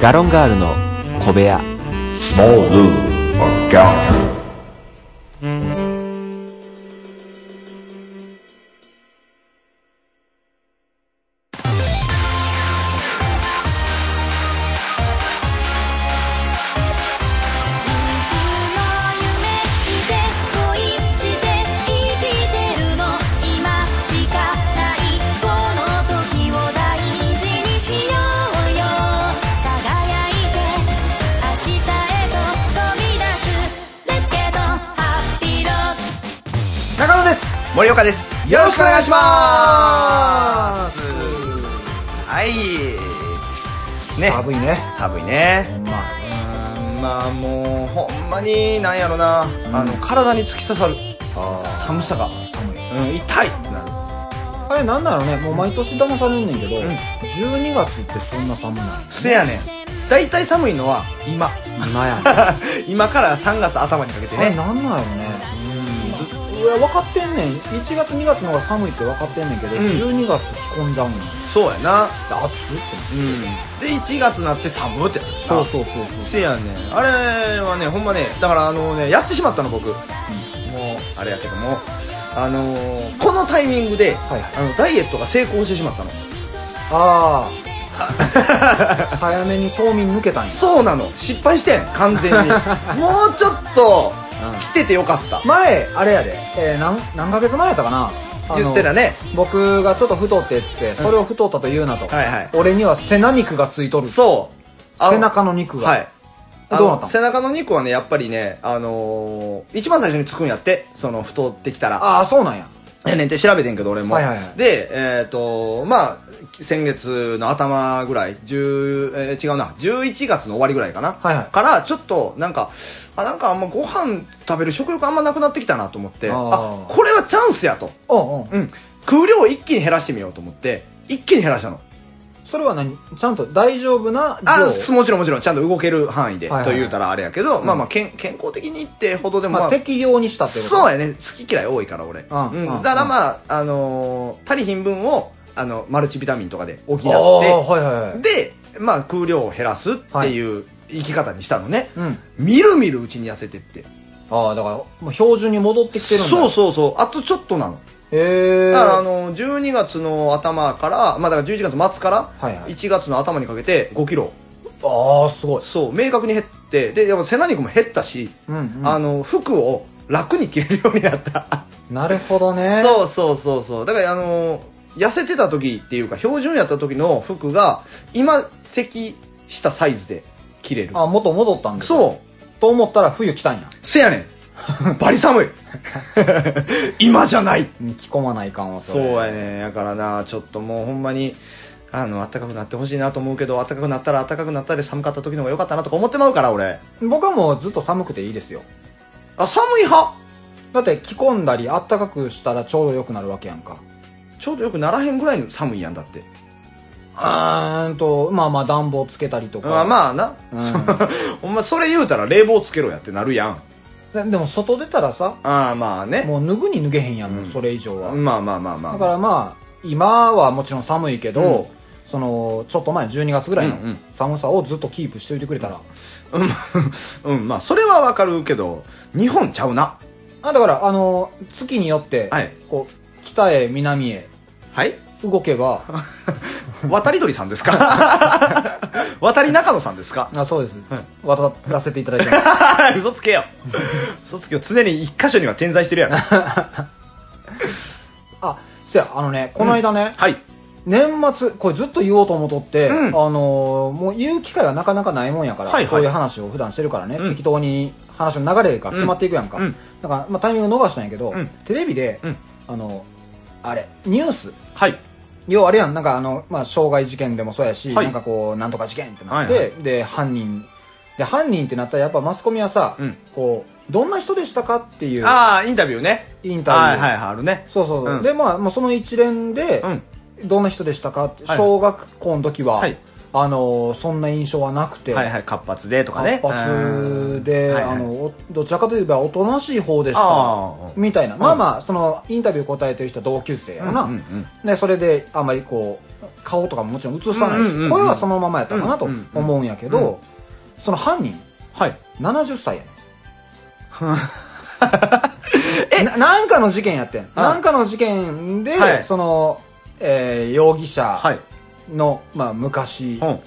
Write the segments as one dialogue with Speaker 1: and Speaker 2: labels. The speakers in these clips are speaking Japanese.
Speaker 1: ガロンガールの小部屋
Speaker 2: Small Lou or Gallo.
Speaker 3: いつの夢見て恋して生きてるの今しかないこの時を大事にしようよ輝いて明日へと飛び出す Let's get on Happy Road
Speaker 4: 中野です
Speaker 5: 森岡です
Speaker 4: よろしくお願いしま
Speaker 5: はいね
Speaker 4: 寒いね
Speaker 5: 寒いね
Speaker 4: まあ
Speaker 5: うんまあもうほんまになんやろな、あの体に突き刺さる
Speaker 4: あ
Speaker 5: 寒さが、
Speaker 4: ー寒い
Speaker 5: うん、痛いってなる
Speaker 4: あれなんだろうねもう毎年騙されんねんけど、
Speaker 5: ん
Speaker 4: 12月ってそんな寒ない
Speaker 5: せやねん大体寒いのは今
Speaker 4: 今やね
Speaker 5: 今から3月頭にかけて
Speaker 4: あれ
Speaker 5: ね
Speaker 4: なんなんやろねうんいや分かってんねん1月2月の方が寒いって分かってんねんけど、
Speaker 5: うん
Speaker 4: 12月着込んじゃうんよ
Speaker 5: そうやな
Speaker 4: 暑っって
Speaker 5: うんで1月になって寒ってなる
Speaker 4: そうそうそうそ
Speaker 5: せやねんあれはねほんまねだからあのねやってしまったの僕、もうあれやけどもあのーこのタイミングで、
Speaker 4: はいはい
Speaker 5: あのダイエットが成功してしまったの
Speaker 4: うああ 早めに冬眠抜けたんや
Speaker 5: そうなの失敗してん完全 にもうちょっと
Speaker 4: うん
Speaker 5: 来ててよかった、
Speaker 4: 前あれやで、えー、なん何ヶ月前やったかなあの
Speaker 5: 言ってたね
Speaker 4: 僕がちょっと太ってっつってそれを太ったと言うなと、
Speaker 5: はいはい
Speaker 4: 俺には背中肉がついとる
Speaker 5: そうあの
Speaker 4: 背中の肉が、
Speaker 5: はい
Speaker 4: どう
Speaker 5: あ
Speaker 4: なったの
Speaker 5: の背中の肉はねやっぱりねあのー一番最初につくんやってその太ってきたら
Speaker 4: ああそうなんや
Speaker 5: ええねんって調べてんけど俺も、
Speaker 4: はいはいはい
Speaker 5: でえっ、とまあ先月の頭ぐらい10、えー違うな11月の終わりぐらいかな、
Speaker 4: はいはい
Speaker 5: からちょっとなんかあなんかあんまご飯食べる食欲あんまなくなってきたなと思って
Speaker 4: あ
Speaker 5: あ
Speaker 4: ー
Speaker 5: これはチャンスやと、
Speaker 4: うんうん
Speaker 5: うん、空量を一気に減らしてみようと思って一気に減らしたの
Speaker 4: それは何ちゃんと大丈夫な量
Speaker 5: あすもちろんもちろんちゃんと動ける範囲で、
Speaker 4: はいはい
Speaker 5: と言うたらあれやけど、まあまあ健健康的にってほどでも、
Speaker 4: まあ、適量にしたってこと
Speaker 5: そう
Speaker 4: や
Speaker 5: やね好き嫌い多いから俺、
Speaker 4: うんうん
Speaker 5: だからまあ、あのー足りひん分をあのマルチビタミンとかで補っ
Speaker 4: ああ
Speaker 5: て
Speaker 4: はいはいはい
Speaker 5: で、まあ、空量を減らすっていう生き方にしたのね、
Speaker 4: うん
Speaker 5: みるみるうちに痩せてって
Speaker 4: ああだからもう標準に戻ってきてるんだ
Speaker 5: そうそうそうあとちょっとなの
Speaker 4: へえ
Speaker 5: だからあのー12月の頭から、まあ、だから11月末から
Speaker 4: はいはい
Speaker 5: 1月の頭にかけて5キロ
Speaker 4: ああすごい
Speaker 5: そう明確に減ってでやっぱ背中肉も減ったし、
Speaker 4: うんうん
Speaker 5: あの服を楽に着れるようになった
Speaker 4: なるほど ね
Speaker 5: そうそうそうそうだからあのー痩せてた時っていうか標準やった時の服が今適したサイズで着れる
Speaker 4: あ元戻ったんだ
Speaker 5: そう
Speaker 4: と思ったら冬来たんや
Speaker 5: せやね んバリ寒い今じゃない
Speaker 4: うん着込まないかんわ
Speaker 5: そう
Speaker 4: れ
Speaker 5: やねんやからなちょっともうほんまにあの暖かくなってほしいなと思うけど暖かくなったら暖かくなったで寒かった時の方が良かったなとか思ってまうから俺
Speaker 4: 僕はもうずっと寒くていいですよ
Speaker 5: あ寒い派
Speaker 4: だって着込んだりあったかくしたらちょうど良くなるわけやんか
Speaker 5: ちょうどよくならへんぐらいの寒いやんだって
Speaker 4: うーんとまあまあ暖房つけたりとか
Speaker 5: まあまあな、 お前それ言うたら冷房つけろやってなるやん
Speaker 4: ででも外出たらさ
Speaker 5: ああまあね
Speaker 4: もう脱ぐに脱げへんやん、もうそれ以上は、
Speaker 5: まあまあまあまあ。
Speaker 4: だからまあ今はもちろん寒いけど、
Speaker 5: うん
Speaker 4: そのちょっと前12月ぐらいの
Speaker 5: うんうん
Speaker 4: 寒さをずっとキープしておいてくれたら、
Speaker 5: うん、 うん、まあ、それはわかるけど、日本ちゃうな。
Speaker 4: あだからあの月によって、
Speaker 5: はい
Speaker 4: こう北へ南へ
Speaker 5: はい
Speaker 4: 動けば
Speaker 5: 渡り鳥さんですか 渡り中野さんですか
Speaker 4: あそうです、渡らせていただいてます
Speaker 5: 嘘つけよ。嘘つけよ。常に一箇所には点在してるや ろ。
Speaker 4: あせやあのねこの間ね、
Speaker 5: はい。
Speaker 4: 年末これずっと言おうと思っとって、
Speaker 5: うん
Speaker 4: あのーもう言う機会がなかなかないもんやから、
Speaker 5: はいはい
Speaker 4: こういう話を普段してるからね、
Speaker 5: うん
Speaker 4: 適当に話の流れが決まっていくやんか、
Speaker 5: うんうん
Speaker 4: だから、まあ、タイミング逃したんやけど、
Speaker 5: うん
Speaker 4: テレビで、
Speaker 5: うん
Speaker 4: あのあれニュース
Speaker 5: はい。
Speaker 4: 要はあれやんなんかあの、まあ、傷害事件でもそうやし、
Speaker 5: はい
Speaker 4: なんかこうなんとか事件ってなって、
Speaker 5: はい
Speaker 4: で犯人で犯人ってなったらやっぱマスコミはさ、
Speaker 5: うん
Speaker 4: こうどんな人でしたかっていう
Speaker 5: ああ、インタビューね。
Speaker 4: インタビュー、
Speaker 5: はいはいはい、あるね。
Speaker 4: そうそうそう、
Speaker 5: うん
Speaker 4: でまあ、まあその一連で、
Speaker 5: うん
Speaker 4: どんな人でしたかって、
Speaker 5: はい
Speaker 4: 小学校の時は、
Speaker 5: はい
Speaker 4: あのーそんな印象はなくて、
Speaker 5: はいはい、活発でとかね。
Speaker 4: 活発で、
Speaker 5: うんはいはい
Speaker 4: あのおどちらかといえばおとなしい方でした
Speaker 5: あー
Speaker 4: みたいな、まあまあそのインタビュー答えてる人は同級生やろな、
Speaker 5: うんうんうん
Speaker 4: でそれであんまりこう顔とかももちろん映さないし、
Speaker 5: うんうんうんうん
Speaker 4: 声はそのままやったかなと思うんやけど、
Speaker 5: うんうんうん
Speaker 4: その犯人
Speaker 5: はい。
Speaker 4: 70歳やね んななんかの事件やってんなんかの事件で、
Speaker 5: はい
Speaker 4: その、えー容疑者
Speaker 5: はい。
Speaker 4: の、まあ、昔、
Speaker 5: うん。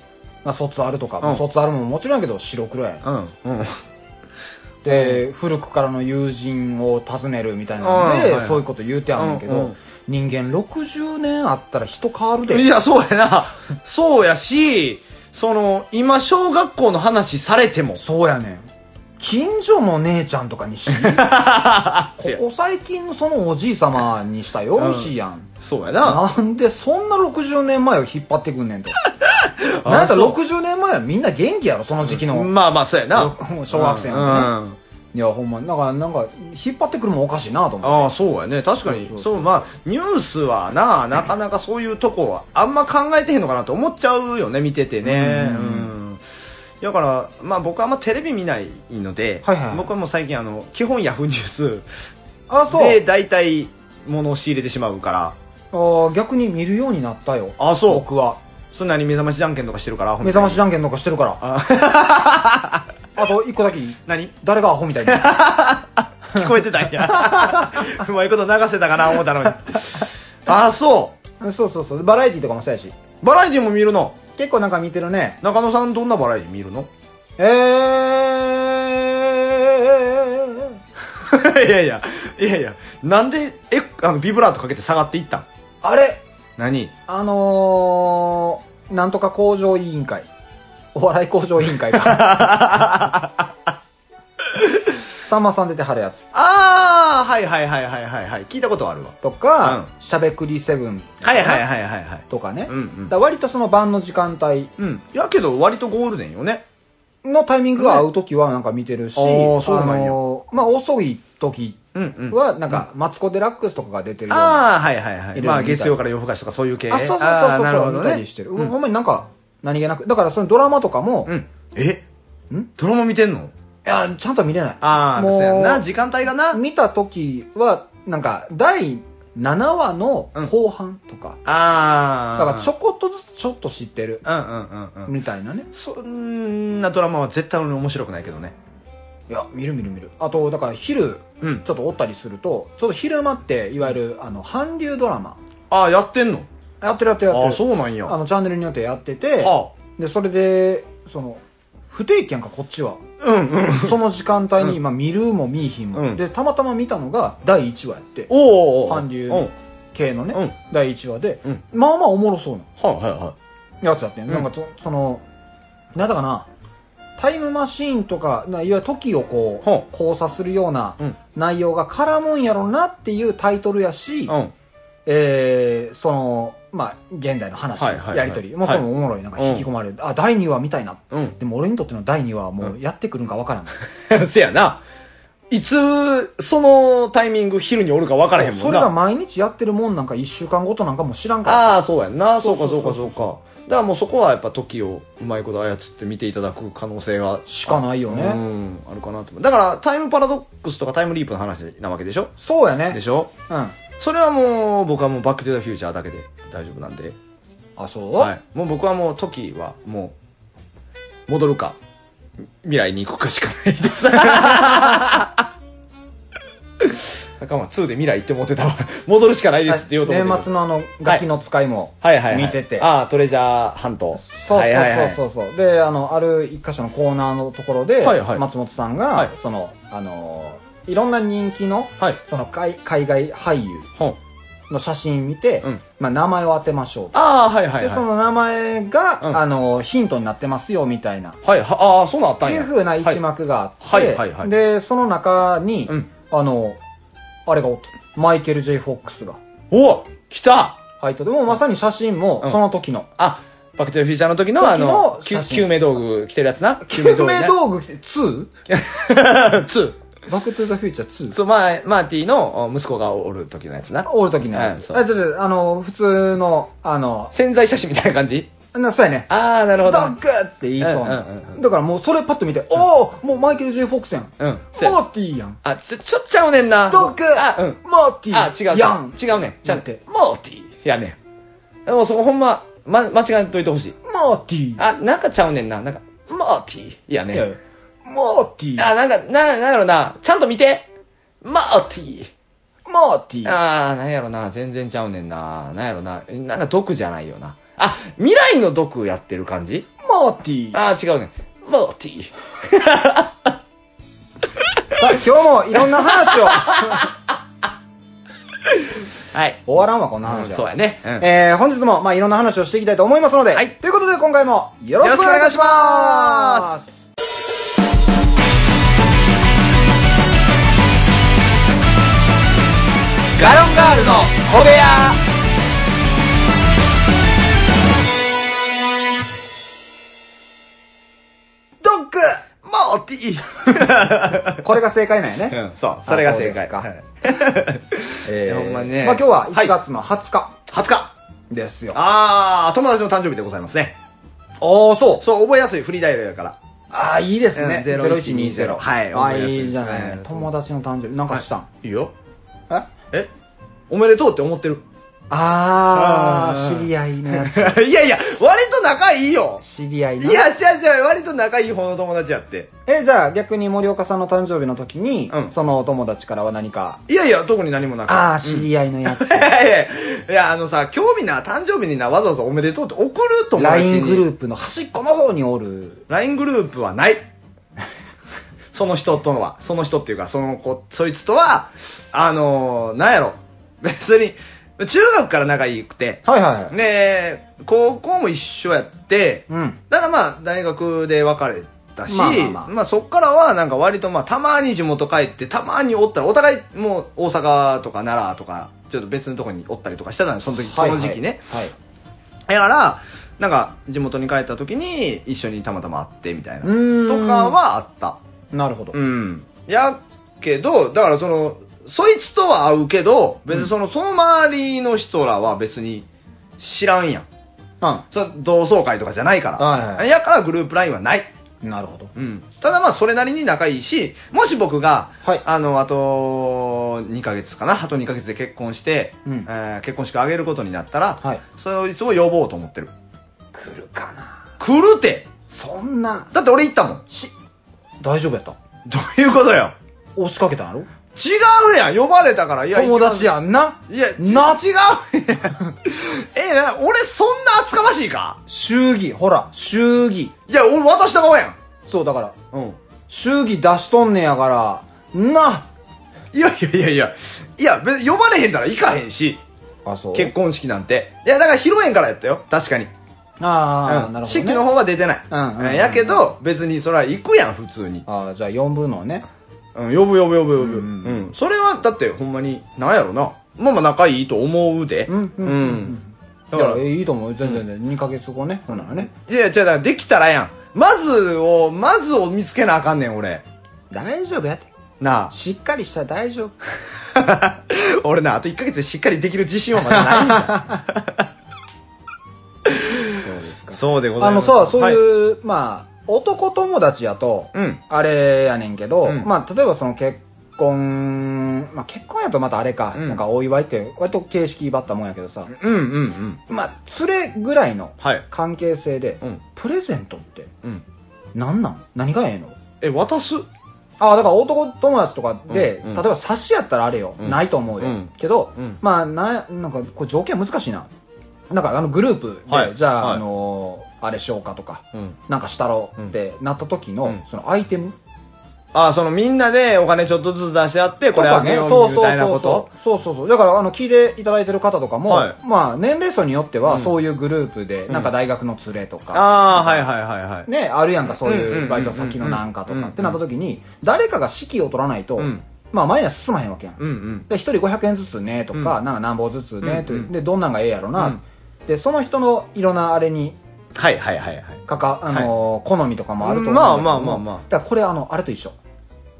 Speaker 4: まあ、卒アルとか、
Speaker 5: うん
Speaker 4: 卒アルももちろんやけど白黒やねん
Speaker 5: うん。うん。
Speaker 4: で、古くからの友人を訪ねるみたいなの
Speaker 5: うん
Speaker 4: で、
Speaker 5: はい
Speaker 4: そういうこと言うてあんねんけど、
Speaker 5: うんうん
Speaker 4: 人間60年あったら人変わるで
Speaker 5: いや、そうやな。そうやし、その、今、小学校の話されても。
Speaker 4: そうやねん近所の姉ちゃんと かにしここ最近のそのおじい様にしたらよろしいやん、
Speaker 5: そうやな。
Speaker 4: なんでそんな60年前を引っ張ってくんねんと
Speaker 5: あ
Speaker 4: なんやったら
Speaker 5: そう
Speaker 4: 60年前はみんな元気やろその時期の、
Speaker 5: まあまあ、そうやな。
Speaker 4: 小学生
Speaker 5: う
Speaker 4: なんてね、
Speaker 5: ん。
Speaker 4: いやほんまなんかなんか引っ張ってくるもんおかしいなと思って
Speaker 5: ああ、そうやね。確かに。
Speaker 4: そ
Speaker 5: そうう
Speaker 4: そう
Speaker 5: まあ、ニュースはな、なかなかそういうとこは、あんま考えてへんのかなと思っちゃうよね、見ててね。
Speaker 4: う
Speaker 5: うんん。だから、まあ僕はあんまテレビ見ないので、
Speaker 4: はいはい
Speaker 5: 僕はもう最近あの、基本ヤフーニュース
Speaker 4: あそう
Speaker 5: で大体物を仕入れてしまうから、
Speaker 4: あー逆に見るようになったよ
Speaker 5: あそう
Speaker 4: 僕は
Speaker 5: そんなに目覚ましじゃんけんとかしてるから、
Speaker 4: 目覚ましじ
Speaker 5: ゃん
Speaker 4: ゃんけんとかしてるからあ と一個だけいい
Speaker 5: 何
Speaker 4: 誰がアホみたいに
Speaker 5: 聞こえてたんや。 うまいこと流せたかな、思った のに。ああ、そ
Speaker 4: そうそうそうバラエティとかもそうやし
Speaker 5: う。バラエティも見るの。
Speaker 4: 結構なんか見てるね
Speaker 5: 中野さんどんなバラエティ見 るの
Speaker 4: えー
Speaker 5: いやいや、いやいや、なんで、え、あの、ビブラートかけて下がっていったん
Speaker 4: あれ
Speaker 5: 何
Speaker 4: あのー、なんとか工場委員会お笑い工場委員会か さんまさん出てはるやつ
Speaker 5: ああ、はいはいはいはいはいはい。聞いたことあるわ。
Speaker 4: とか、
Speaker 5: う
Speaker 4: しゃべくりセブン
Speaker 5: はいはいはいはいはい。
Speaker 4: とかね、
Speaker 5: うんうん
Speaker 4: だから割とその晩の時間帯
Speaker 5: うん。やけど割とゴールデンよね。
Speaker 4: のタイミングが合う時はなんか見てるし、
Speaker 5: あーそうなんや
Speaker 4: のーまあ遅い時
Speaker 5: うんうん。
Speaker 4: はなんか、マツコ・デラックスとかが出てるような
Speaker 5: ああ、はいはいはいい。
Speaker 4: ろいろ
Speaker 5: まあ
Speaker 4: 見たい
Speaker 5: 月曜から夜更かしとかそういう系。
Speaker 4: あ、そうそう
Speaker 5: あーなる
Speaker 4: そ
Speaker 5: ほ
Speaker 4: うそう、見
Speaker 5: ど
Speaker 4: た
Speaker 5: ね
Speaker 4: りしてる。うん、ほんまになんか、何気なく。だからそのドラマとかも、
Speaker 5: う
Speaker 4: い
Speaker 5: ん。えドラマ見てんの
Speaker 4: や、ちゃんとは見れない。
Speaker 5: ああ、
Speaker 4: も
Speaker 5: そうやんな。
Speaker 4: う、
Speaker 5: 時間帯がな。
Speaker 4: 見た時は、なんか、第7話の後半とか、
Speaker 5: ああ。
Speaker 4: だからちょこっとずつちょっと知ってる、
Speaker 5: うんうんうんうん。
Speaker 4: みたいなね。
Speaker 5: そんなドラマは絶対俺面白くないけどね。
Speaker 4: いや、見る見る見る。あと、だから昼、
Speaker 5: うん
Speaker 4: ちょっとおったりすると、ちょっと昼間って、いわゆる、あの、韓流ドラマ。
Speaker 5: ああ、やってんの
Speaker 4: やってるやってるやってる。
Speaker 5: ああ、そうなんや。
Speaker 4: あの、チャンネルによってやってて、
Speaker 5: あ
Speaker 4: で、それで、その、不定期やんか、こっちは。その時間帯に、今見るも見いひんも、
Speaker 5: うん
Speaker 4: で、たまたま見たのが第1話やって、
Speaker 5: おお。
Speaker 4: 韓流
Speaker 5: うん。はい
Speaker 4: 系のね、
Speaker 5: うん
Speaker 4: 第1話で、
Speaker 5: うん
Speaker 4: まあまあおもろそうな
Speaker 5: はいは
Speaker 4: やつやってん、なんかそ、その、なんだかな、タイムマシーンとか、ないわゆる時をこ
Speaker 5: ほ
Speaker 4: う、交差するような
Speaker 5: うん
Speaker 4: 内容が絡むんやろなっていうタイトルやし、
Speaker 5: い。うん。
Speaker 4: えー、その、まあ、現代の話、
Speaker 5: はいはいはい
Speaker 4: やりとり、もうそれもおもろい、なんか引き込まれる。あ、第2話見たいな。
Speaker 5: うん
Speaker 4: でも俺にとっての第2話はもうやってくるんか わからん。
Speaker 5: せやな。いつ、そのタイミング昼におるか分からへん
Speaker 4: そ
Speaker 5: もん
Speaker 4: れが
Speaker 5: な。
Speaker 4: 毎日やってるもんなんか1週間ごとなんかも知らんから。
Speaker 5: ああ、そうやんな。
Speaker 4: そ
Speaker 5: そうう
Speaker 4: そう
Speaker 5: か
Speaker 4: そ
Speaker 5: そうう
Speaker 4: そ
Speaker 5: か
Speaker 4: う
Speaker 5: そうか。だからもうそこはやっぱ時をうまいこと操って見ていただく可能性が。
Speaker 4: しかないよね
Speaker 5: うん、あるかなと思う。だからタイムパラドックスとかタイムリープの話なわけでしょ
Speaker 4: そうやね。
Speaker 5: でしょ
Speaker 4: うん。
Speaker 5: それはもう僕はもうバックトゥザフューチャーだけで大丈夫なんで。
Speaker 4: あ、そう、
Speaker 5: はい。もう僕はもう時はもう、戻るか、未来に行くかしかないです。 あかんわ、2で未来行って思ってたわ。 戻るしかないですって言おうと思ってた。
Speaker 4: 年末のあの、ガキの使いも、
Speaker 5: はいはいはい。
Speaker 4: 見てて。
Speaker 5: ああ、トレジャー半島。
Speaker 4: そう
Speaker 5: はいはいは
Speaker 4: そ
Speaker 5: いう
Speaker 4: そうそう。そうで、あの、ある一箇所のコーナーのところで、
Speaker 5: はいはい
Speaker 4: 松本さんが、
Speaker 5: はい
Speaker 4: その、あのーいろんな人気の、
Speaker 5: はい
Speaker 4: その海、海外俳優
Speaker 5: ほん
Speaker 4: の写真見て、
Speaker 5: うん
Speaker 4: まあ、名前を当てましょうと。
Speaker 5: ああ、はいはい
Speaker 4: で、そ
Speaker 5: は
Speaker 4: の名前が、
Speaker 5: うん
Speaker 4: あのーヒントになってますよ、みたいな。
Speaker 5: い。はい、はああ、そうなんあった
Speaker 4: っ
Speaker 5: ん
Speaker 4: てい
Speaker 5: や。
Speaker 4: う風な
Speaker 5: は
Speaker 4: 一
Speaker 5: い
Speaker 4: 幕があっ
Speaker 5: は
Speaker 4: て、
Speaker 5: いはいはい
Speaker 4: で、その中に、
Speaker 5: うん
Speaker 4: あの、あれがおって、マイケル・ J ・フォックスが
Speaker 5: お来た
Speaker 4: 入っとって、もうまさに写真も
Speaker 5: うん
Speaker 4: その時の。
Speaker 5: あ、バックトゥザフューチャーの時の
Speaker 4: 時
Speaker 5: あ
Speaker 4: の
Speaker 5: の、救
Speaker 4: 写真
Speaker 5: 救命道具着てるやつな。
Speaker 4: 救
Speaker 5: 具
Speaker 4: 命
Speaker 5: ね
Speaker 4: 道具着て、2?
Speaker 5: 2。
Speaker 4: バック・トゥ・ザ・フューチャー2
Speaker 5: そう、まあ、マーティのお息子がおる時のやつな。
Speaker 4: おる時のやつ。
Speaker 5: はい
Speaker 4: あ、ちょっと、あの、普通の、あの、
Speaker 5: 潜在写真みたいな感じ
Speaker 4: なそうやね。
Speaker 5: ああ、なるほど。
Speaker 4: ドッグって言いそ
Speaker 5: うんう
Speaker 4: うな
Speaker 5: んうんう。
Speaker 4: だからもうそれパッと見て、おおもうマイケル・ J ・フォックスやん。
Speaker 5: うん
Speaker 4: マ
Speaker 5: そうや
Speaker 4: ーティーやん。
Speaker 5: あ、ちょ、ちょっちゃうねんな。
Speaker 4: ドッグ
Speaker 5: あ、うん。
Speaker 4: マーティ
Speaker 5: あ、違
Speaker 4: ー
Speaker 5: う。
Speaker 4: やん。
Speaker 5: 違うねん。ちゃん
Speaker 4: なんて
Speaker 5: て。モーティーやねん。でもそこほんま、ま、間違えといてほしい。
Speaker 4: マーティー。
Speaker 5: あ、なんかちゃうねんな。なんか、マーティー。いや
Speaker 4: いや
Speaker 5: ね。
Speaker 4: マーティー。
Speaker 5: あ、なんか、な、なんやろな。ちゃんと見て。マーティ
Speaker 4: マーティ
Speaker 5: ー。
Speaker 4: ー。
Speaker 5: あー、なんやろな。全然ちゃうねんな。なんやろな。なんか毒じゃないよな。あ、未来の毒やってる感じ
Speaker 4: マーティー。
Speaker 5: あー、違うねん。マーティー。
Speaker 4: さあ、今日もいろんな話を。
Speaker 5: はい。
Speaker 4: 終わらんわ、こんな話は。
Speaker 5: そうやね。うん
Speaker 4: えー、本日も、まあ、いろんな話をしていきたいと思いますので、
Speaker 5: はい
Speaker 4: ということで今回もよろしくお願いいたします
Speaker 5: ガロンガールの小部屋
Speaker 4: ドッグ
Speaker 5: マーティー
Speaker 4: これが正解なんやね。
Speaker 5: うん、そう、それが正解。
Speaker 4: あそう
Speaker 5: い
Speaker 4: え
Speaker 5: やほんまね
Speaker 4: まあ、今日は
Speaker 5: はい
Speaker 4: 1月の20日
Speaker 5: 20日
Speaker 4: ですよ。
Speaker 5: あー、友達の誕生日でございますね。
Speaker 4: おー、そう。
Speaker 5: そう、覚えやすいフリーダイヤルやから。
Speaker 4: あー、いいですね。
Speaker 5: うん
Speaker 4: 0120。
Speaker 5: はい
Speaker 4: あ
Speaker 5: 覚えや
Speaker 4: ー、
Speaker 5: すい
Speaker 4: い
Speaker 5: ですね
Speaker 4: いじゃない。友達の誕生日、なんかしたん。
Speaker 5: いいよ。
Speaker 4: え
Speaker 5: えおめでとうって思ってる。
Speaker 4: あ
Speaker 5: あー
Speaker 4: ー、知り合いのやつ。
Speaker 5: いやいや、割と仲いいよ。
Speaker 4: 知り合い
Speaker 5: い
Speaker 4: の。
Speaker 5: や、違う違う、割と仲いい方の友達やって。
Speaker 4: え、じゃあ逆に森岡さんの誕生日の時に、
Speaker 5: うん
Speaker 4: そのお友達からは何か、
Speaker 5: いやいや、特に何もなく。
Speaker 4: あー、知り合いのやつ。
Speaker 5: いやいやいや、あのさ、興味な、誕生日にな、わざわざおめでとうって送る 友達に。
Speaker 4: LINE グループの端っこの方におる。
Speaker 5: LINE グループはない。 その人とは、その人っていうか、その子、そいつとは、あのー、なんやろ。別に、中学から仲良くて、
Speaker 4: はいはい。
Speaker 5: ねえ、高校も一緒やって、
Speaker 4: うん。
Speaker 5: だからまあ、大学で別れたし、
Speaker 4: ま
Speaker 5: ま
Speaker 4: あ
Speaker 5: あ
Speaker 4: まあまあ
Speaker 5: そっからはなんか割とまあ、たまに地元帰って、たまにおったら、お互いもう大阪とか奈良とか、ちょっと別のとこにおったりとかしてたのよ、その時、その時期ね。
Speaker 4: はいはい。
Speaker 5: だから、なんか、地元に帰った時に、一緒にたまたま会って、みたいな。と
Speaker 4: うーん
Speaker 5: かはあった。
Speaker 4: なるほど
Speaker 5: う。ん。やけど、だからその、そいつとは会うけど、別にその、その周りの人らは別に知らんやん。
Speaker 4: う
Speaker 5: そ同窓会とかじゃないから。
Speaker 4: はいはいはい
Speaker 5: やからグループラインはない。
Speaker 4: ん。なるほど。
Speaker 5: うん。ただまあ、それなりに仲いいし、もし僕が、
Speaker 4: はい
Speaker 5: あの、あと、2ヶ月かな。あと2ヶ月で結婚して、
Speaker 4: うん
Speaker 5: えー結婚式あげることになったら、
Speaker 4: はい
Speaker 5: そいつを呼ぼうと思ってる。
Speaker 4: 来るかな
Speaker 5: 来るて
Speaker 4: そんな、
Speaker 5: だって俺行ったもん。
Speaker 4: し、大丈夫やった
Speaker 5: どういうことよ
Speaker 4: 押しかけたんやろ
Speaker 5: 違うやん呼ばれたから、いや、
Speaker 4: 友達やんな
Speaker 5: 行きます。いや、
Speaker 4: な、
Speaker 5: ち違うやん え、な、俺そんな厚かましいか
Speaker 4: 祝儀、ほら、祝儀。
Speaker 5: いや、俺渡した側やん。
Speaker 4: そう、だから、
Speaker 5: うん。
Speaker 4: 祝儀出しとんねやから、ない
Speaker 5: やいやいやいや、いや、別に呼ばれへんから行かへんし、
Speaker 4: あ、そう
Speaker 5: 結婚式なんて。いや、だから披露宴からやったよ。確かに。
Speaker 4: あ
Speaker 5: う
Speaker 4: あ、
Speaker 5: ん
Speaker 4: なるほどね。
Speaker 5: 式の方は出てない。
Speaker 4: うんうんうん
Speaker 5: やけど、別にそれは行くやん、普通に。
Speaker 4: ああ、じゃあ4分のね。
Speaker 5: うん、呼ぶ呼ぶ呼ぶ呼ぶ。
Speaker 4: う
Speaker 5: うんん、それは、だって、ほんまに、なんやろな。まあまあ仲いいと思うで。
Speaker 4: うんうんうんうんい
Speaker 5: だから
Speaker 4: や、えいいと思う。全然、全然2ヶ月後ね。ほんならね。
Speaker 5: いやいや、じゃあ、できたらやん。まずを、まずを見つけなあかんねん、俺。
Speaker 4: 大丈夫やって。
Speaker 5: なあ。
Speaker 4: しっかりしたら大丈夫。
Speaker 5: 俺な、あと1ヶ月でしっかりできる自信はまだないんだ。
Speaker 4: そうですか。
Speaker 5: そうでご
Speaker 4: あのさ、そう
Speaker 5: う。
Speaker 4: いう、まあ、男友達やと、
Speaker 5: うん
Speaker 4: あれやねんけど、
Speaker 5: うん
Speaker 4: まあ、例えばその結婚、まあ結婚やとまたあれか、
Speaker 5: うん
Speaker 4: なんかお祝いって、割と形式ばったもんやけどさ、
Speaker 5: うんうんうん。
Speaker 4: まあ、連れぐらいの
Speaker 5: はい
Speaker 4: 関係性で、
Speaker 5: うん
Speaker 4: プレゼントって、
Speaker 5: うん。
Speaker 4: なんなん何がええの
Speaker 5: え、渡す
Speaker 4: ああ、だから男友達とかで、
Speaker 5: うんうん
Speaker 4: 例えば差しやったらあれよ、
Speaker 5: うん
Speaker 4: ないと思うよ。
Speaker 5: うん
Speaker 4: けど、
Speaker 5: うん
Speaker 4: まあ、な、なんか、これ条件難しいな。なんかあのグループで、
Speaker 5: はい
Speaker 4: じゃあ、
Speaker 5: はい
Speaker 4: あのーあれしようかとか、
Speaker 5: うん
Speaker 4: なんかしたろうってなった時の、
Speaker 5: うん
Speaker 4: そのアイテム
Speaker 5: ああ、そのみんなでお金ちょっとずつ出し合って、
Speaker 4: と
Speaker 5: これあ
Speaker 4: か
Speaker 5: げ
Speaker 4: ね、
Speaker 5: よ
Speaker 4: そう
Speaker 5: うみ
Speaker 4: そう
Speaker 5: たいな
Speaker 4: そ
Speaker 5: こ
Speaker 4: うそ
Speaker 5: と
Speaker 4: う。そうそうそう。だから、あの、聞いていただいてる方とかも、
Speaker 5: はい
Speaker 4: まあ、年齢層によっては、
Speaker 5: ん
Speaker 4: そういうグループで、なんか大学の連れとか、
Speaker 5: ああ、はいはいはいはい。
Speaker 4: ね、あるやんか、そう
Speaker 5: うんうんうん
Speaker 4: い
Speaker 5: うんう
Speaker 4: うんバイト先のなんかと
Speaker 5: うんう
Speaker 4: か
Speaker 5: ん
Speaker 4: ってなった時に、誰かが指揮を取らないと
Speaker 5: うん、
Speaker 4: まあ、マイナス進まへんわけやん。
Speaker 5: うんうん。
Speaker 4: で、一人500円ずつね、とか、なんか何本ずつね、と
Speaker 5: うんう
Speaker 4: い
Speaker 5: ん
Speaker 4: う、で、どんなんがええやろ
Speaker 5: う、
Speaker 4: なんで、その人のいろんなあれに、
Speaker 5: はいはいはいはい。
Speaker 4: かか、あのー、好みとかもあると思うんだけども。
Speaker 5: まあまあまあまあ
Speaker 4: だからこれ、あの、あれと一緒。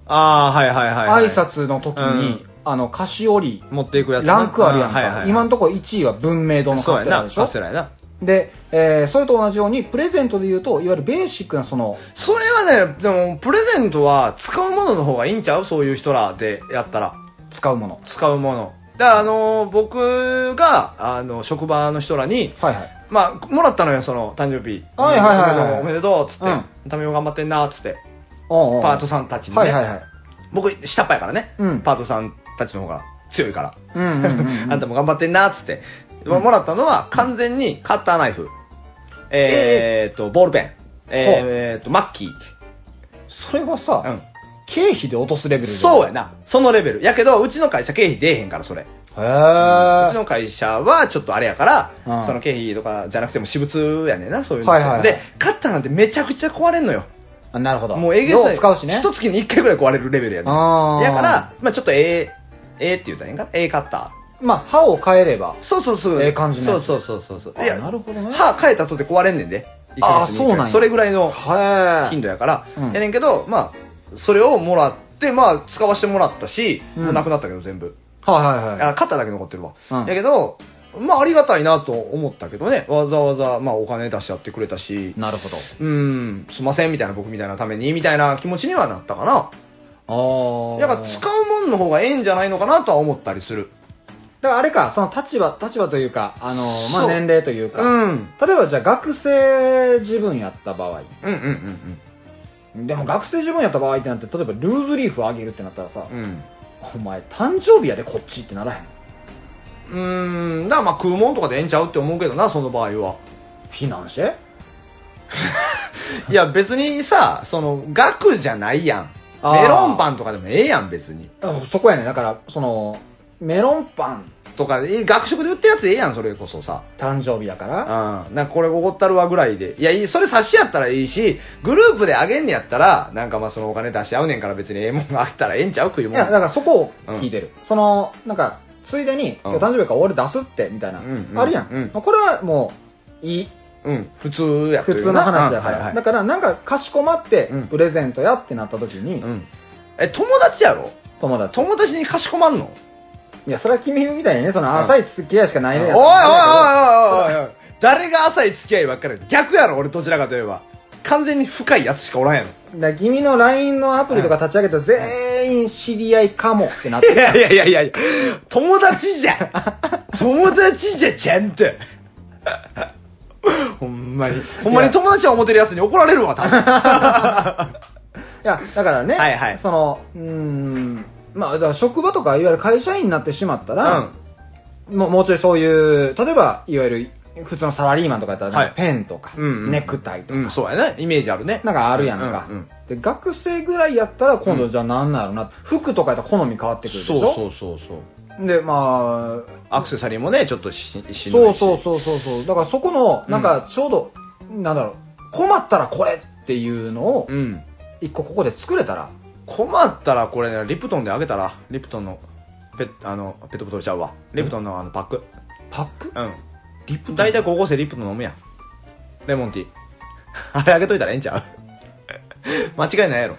Speaker 5: ああ、はいはいはいはい。
Speaker 4: 挨。拶の時に、あの、菓子折り、
Speaker 5: 持っていくやつな。
Speaker 4: ランクあるやん
Speaker 5: はいはいは
Speaker 4: か。
Speaker 5: い、
Speaker 4: 今のところ1位は文明堂の
Speaker 5: そう
Speaker 4: カ
Speaker 5: や
Speaker 4: ステラ
Speaker 5: な。
Speaker 4: でしょ
Speaker 5: カステラやな。
Speaker 4: で、えーそれと同じように、プレゼントで言うと、いわゆるベーシックなその、
Speaker 5: それはね、でも、プレゼントは使うものの方がいいんちゃうそういう人らでやったら。
Speaker 4: 使うもの。
Speaker 5: 使うもの。だからあのー僕が、あの、職場の人らに、
Speaker 4: はいはい
Speaker 5: まあ、もらったのよ、その、誕生日。
Speaker 4: はいはいはいはい
Speaker 5: おめでとう、おめでとう、つって
Speaker 4: うん。
Speaker 5: タミオ頑張ってんな、つって。
Speaker 4: おうおう
Speaker 5: パートさんたちにね。
Speaker 4: はいはいはい
Speaker 5: 僕、下っ端やからね。
Speaker 4: うん
Speaker 5: パートさんたちの方が強いから。
Speaker 4: うんうんうん
Speaker 5: あんたも頑張ってんな、つって。もらったのは、完全にカッターナイフ。えーっと、ボールペン。えーっと、マッキー。
Speaker 4: それはさ、
Speaker 5: うん
Speaker 4: 経費で落とすレベル
Speaker 5: そう
Speaker 4: う
Speaker 5: やな。そのレベル。やけど、うちの会社経費出えへんから、それ。
Speaker 4: へえ
Speaker 5: うちの会社はちょっとあれやから、
Speaker 4: うん
Speaker 5: その経費とかじゃなくても私物やねんな、そういうの。
Speaker 4: はいはいはい
Speaker 5: で、カッターなんてめちゃくちゃ壊れんのよ。
Speaker 4: あなるほど
Speaker 5: もうえげつな
Speaker 4: よ
Speaker 5: い。
Speaker 4: 使うしね
Speaker 5: 一月に一回ぐらい壊れるレベルやねん。
Speaker 4: あー
Speaker 5: やから、まあちょっと A、A って言ったらいいんかな ?A カッター。
Speaker 4: まあ歯を変えれば
Speaker 5: そうそうそう。
Speaker 4: ええ感じの
Speaker 5: そ
Speaker 4: や
Speaker 5: う
Speaker 4: つ
Speaker 5: そうそうそうそう。
Speaker 4: あなるほどね
Speaker 5: 歯変えたとて壊れんねんで。1ヶ月に1回
Speaker 4: あそうなんや
Speaker 5: それぐらいの
Speaker 4: は
Speaker 5: 頻度やから、
Speaker 4: うん
Speaker 5: やねんけど、まあ、それをもらって、まあ、使わせてもらったし、
Speaker 4: ん
Speaker 5: もうなくなったけど全部。
Speaker 4: はいはいはい
Speaker 5: あ、肩だけ残ってるわ。
Speaker 4: う
Speaker 5: や
Speaker 4: ん
Speaker 5: けど、まあ、ありがたいなと思ったけどね。わざわざ、まあ、お金出し合ってくれたし、
Speaker 4: なるほど
Speaker 5: うん、すいません、みたいな、僕みたいなために、みたいな気持ちにはなったかな。
Speaker 4: ああ
Speaker 5: やっぱ、使うもんの方がええんじゃないのかなとは思ったりする。
Speaker 4: だからあれかその立場立場というかあのま
Speaker 5: そ
Speaker 4: あ
Speaker 5: う
Speaker 4: 年齢という
Speaker 5: う
Speaker 4: か、
Speaker 5: ん。うん
Speaker 4: 例えばじゃあ学生自分やった場合
Speaker 5: うんうん
Speaker 4: でも学生自分やった場合ってなって例えばルーズリーフあげるってなったらさ、
Speaker 5: うん。うん。
Speaker 4: お前誕生日やでこっちってなら
Speaker 5: う
Speaker 4: へん
Speaker 5: ーん、だからまあ食うもんとかでええんちゃうって思うけどな、その場合 は。
Speaker 4: 避難して
Speaker 5: いや、別にさ、その、額じゃないやん。
Speaker 4: あー
Speaker 5: メロンパンとかでもええやん、別に。
Speaker 4: あそこやねだからそのメロンパン
Speaker 5: とか、え学食で売ってるやつええやん、それこそさ。
Speaker 4: 誕生日やから
Speaker 5: うん。なんかこれおごったるわぐらいで。いや、いいそれ差しやったらいいし、グループであげんねやったら、なんかまあそのお金出し合うねんから別にええもんあげたらええんちゃう食い
Speaker 4: い
Speaker 5: もん。
Speaker 4: やだからそこを聞いてる、そのなんかついでに、今日誕生日やから俺出すってみたいな、
Speaker 5: うんうん
Speaker 4: あるやん、
Speaker 5: うん
Speaker 4: これはもういい
Speaker 5: うん。普通やと
Speaker 4: 普
Speaker 5: いう
Speaker 4: 通の話だから、
Speaker 5: うんはいは
Speaker 4: だ
Speaker 5: い。
Speaker 4: からなんかかしこまって
Speaker 5: うん
Speaker 4: プレゼントやってなった時に、
Speaker 5: うん。え、友達やろ
Speaker 4: 友達
Speaker 5: 友達にかしこまんの
Speaker 4: いやそれは君みたいにねその
Speaker 5: ん
Speaker 4: 浅い付き合いしかな
Speaker 5: お
Speaker 4: い
Speaker 5: いお
Speaker 4: ね
Speaker 5: いおい
Speaker 4: や
Speaker 5: おいおいおい誰が浅い付き合いばっかり逆やろ、俺どちらかといえば。完全に深いやつしかおらんやろ。
Speaker 4: だから君の LINE のアプリとか立ち上げたら全員知り合いかもってなっ
Speaker 5: い
Speaker 4: て
Speaker 5: やいやいやいやいや、友達じゃん友達じゃちゃんとほんまに。ほんまに友達は思ってるやつに怒られるわ、多分。
Speaker 4: いやだからね、
Speaker 5: はいはい
Speaker 4: そのうーんまあだから職場とかいわゆる会社員になってしまったら、もうもうちょいそういう例えばいわゆる普通のサラリーマンとかやったら、
Speaker 5: はい
Speaker 4: ペンとか、
Speaker 5: うんうん
Speaker 4: ネクタイとか、
Speaker 5: うん、そうやね。イメージあるね。
Speaker 4: なんかあるやんか、
Speaker 5: うんうん
Speaker 4: で学生ぐらいやったら今度じゃあなんなるな、服とかやったら好み変わってくるでし
Speaker 5: そ
Speaker 4: ょ
Speaker 5: うそうそうそう。
Speaker 4: でまあ
Speaker 5: アクセサリーもね、ちょっとし、しんどい
Speaker 4: そ
Speaker 5: うし
Speaker 4: そうそうそうそうだからそこのなんかちょうど、なんだろう困ったらこれっていうのを
Speaker 5: うん。
Speaker 4: 一個ここで作れたら
Speaker 5: 困ったらこれね、リプトンであげたら、リプトンの、ペッ、あの、ペットボトルちゃうわ。リプトンのあのパック。
Speaker 4: パック
Speaker 5: うん。リプトン大体高校生リプトン飲むやん。レモンティー。あれあげといたらええんちゃう 間違いないやろ。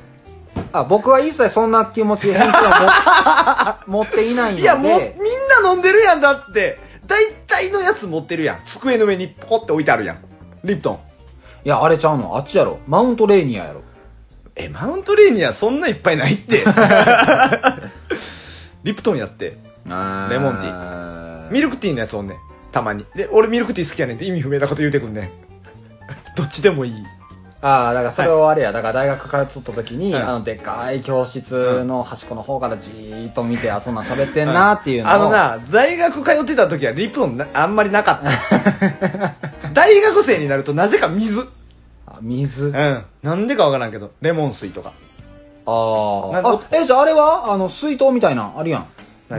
Speaker 4: あ僕は一切そんな気持ちで返事は 持持っていないので
Speaker 5: いや、もう、みんな飲んでるやんだって。大体のやつ持ってるやん。机の上にポコって置いてあるやん。リプトン。
Speaker 4: いやあれちゃうのあっちやろマウントレーニアやろ
Speaker 5: え、マウントレーニアそんないっぱいない って。リプトンやって。レモンティ
Speaker 4: ー
Speaker 5: ミルクティーのやつおんねん。たまに。で、俺ミルクティー好きやねんって意味不明なこと言うてくんねん。どっちでもいい。
Speaker 4: ああだからそれをあれやだから大学からとった時に、
Speaker 5: はい
Speaker 4: あのでっかい教室の端っこの方からじーっと見てあそんなん喋ってんなっていうのを
Speaker 5: あのな、大学通ってた時はリプトンなあんまりなかった。 大学生になるとなぜか水。
Speaker 4: あ水、
Speaker 5: う
Speaker 4: あ
Speaker 5: ん。なんでかわからんけど、レモン水とか。
Speaker 4: ー
Speaker 5: なん
Speaker 4: あえじゃああれはあの水筒みたいなんあるやんボ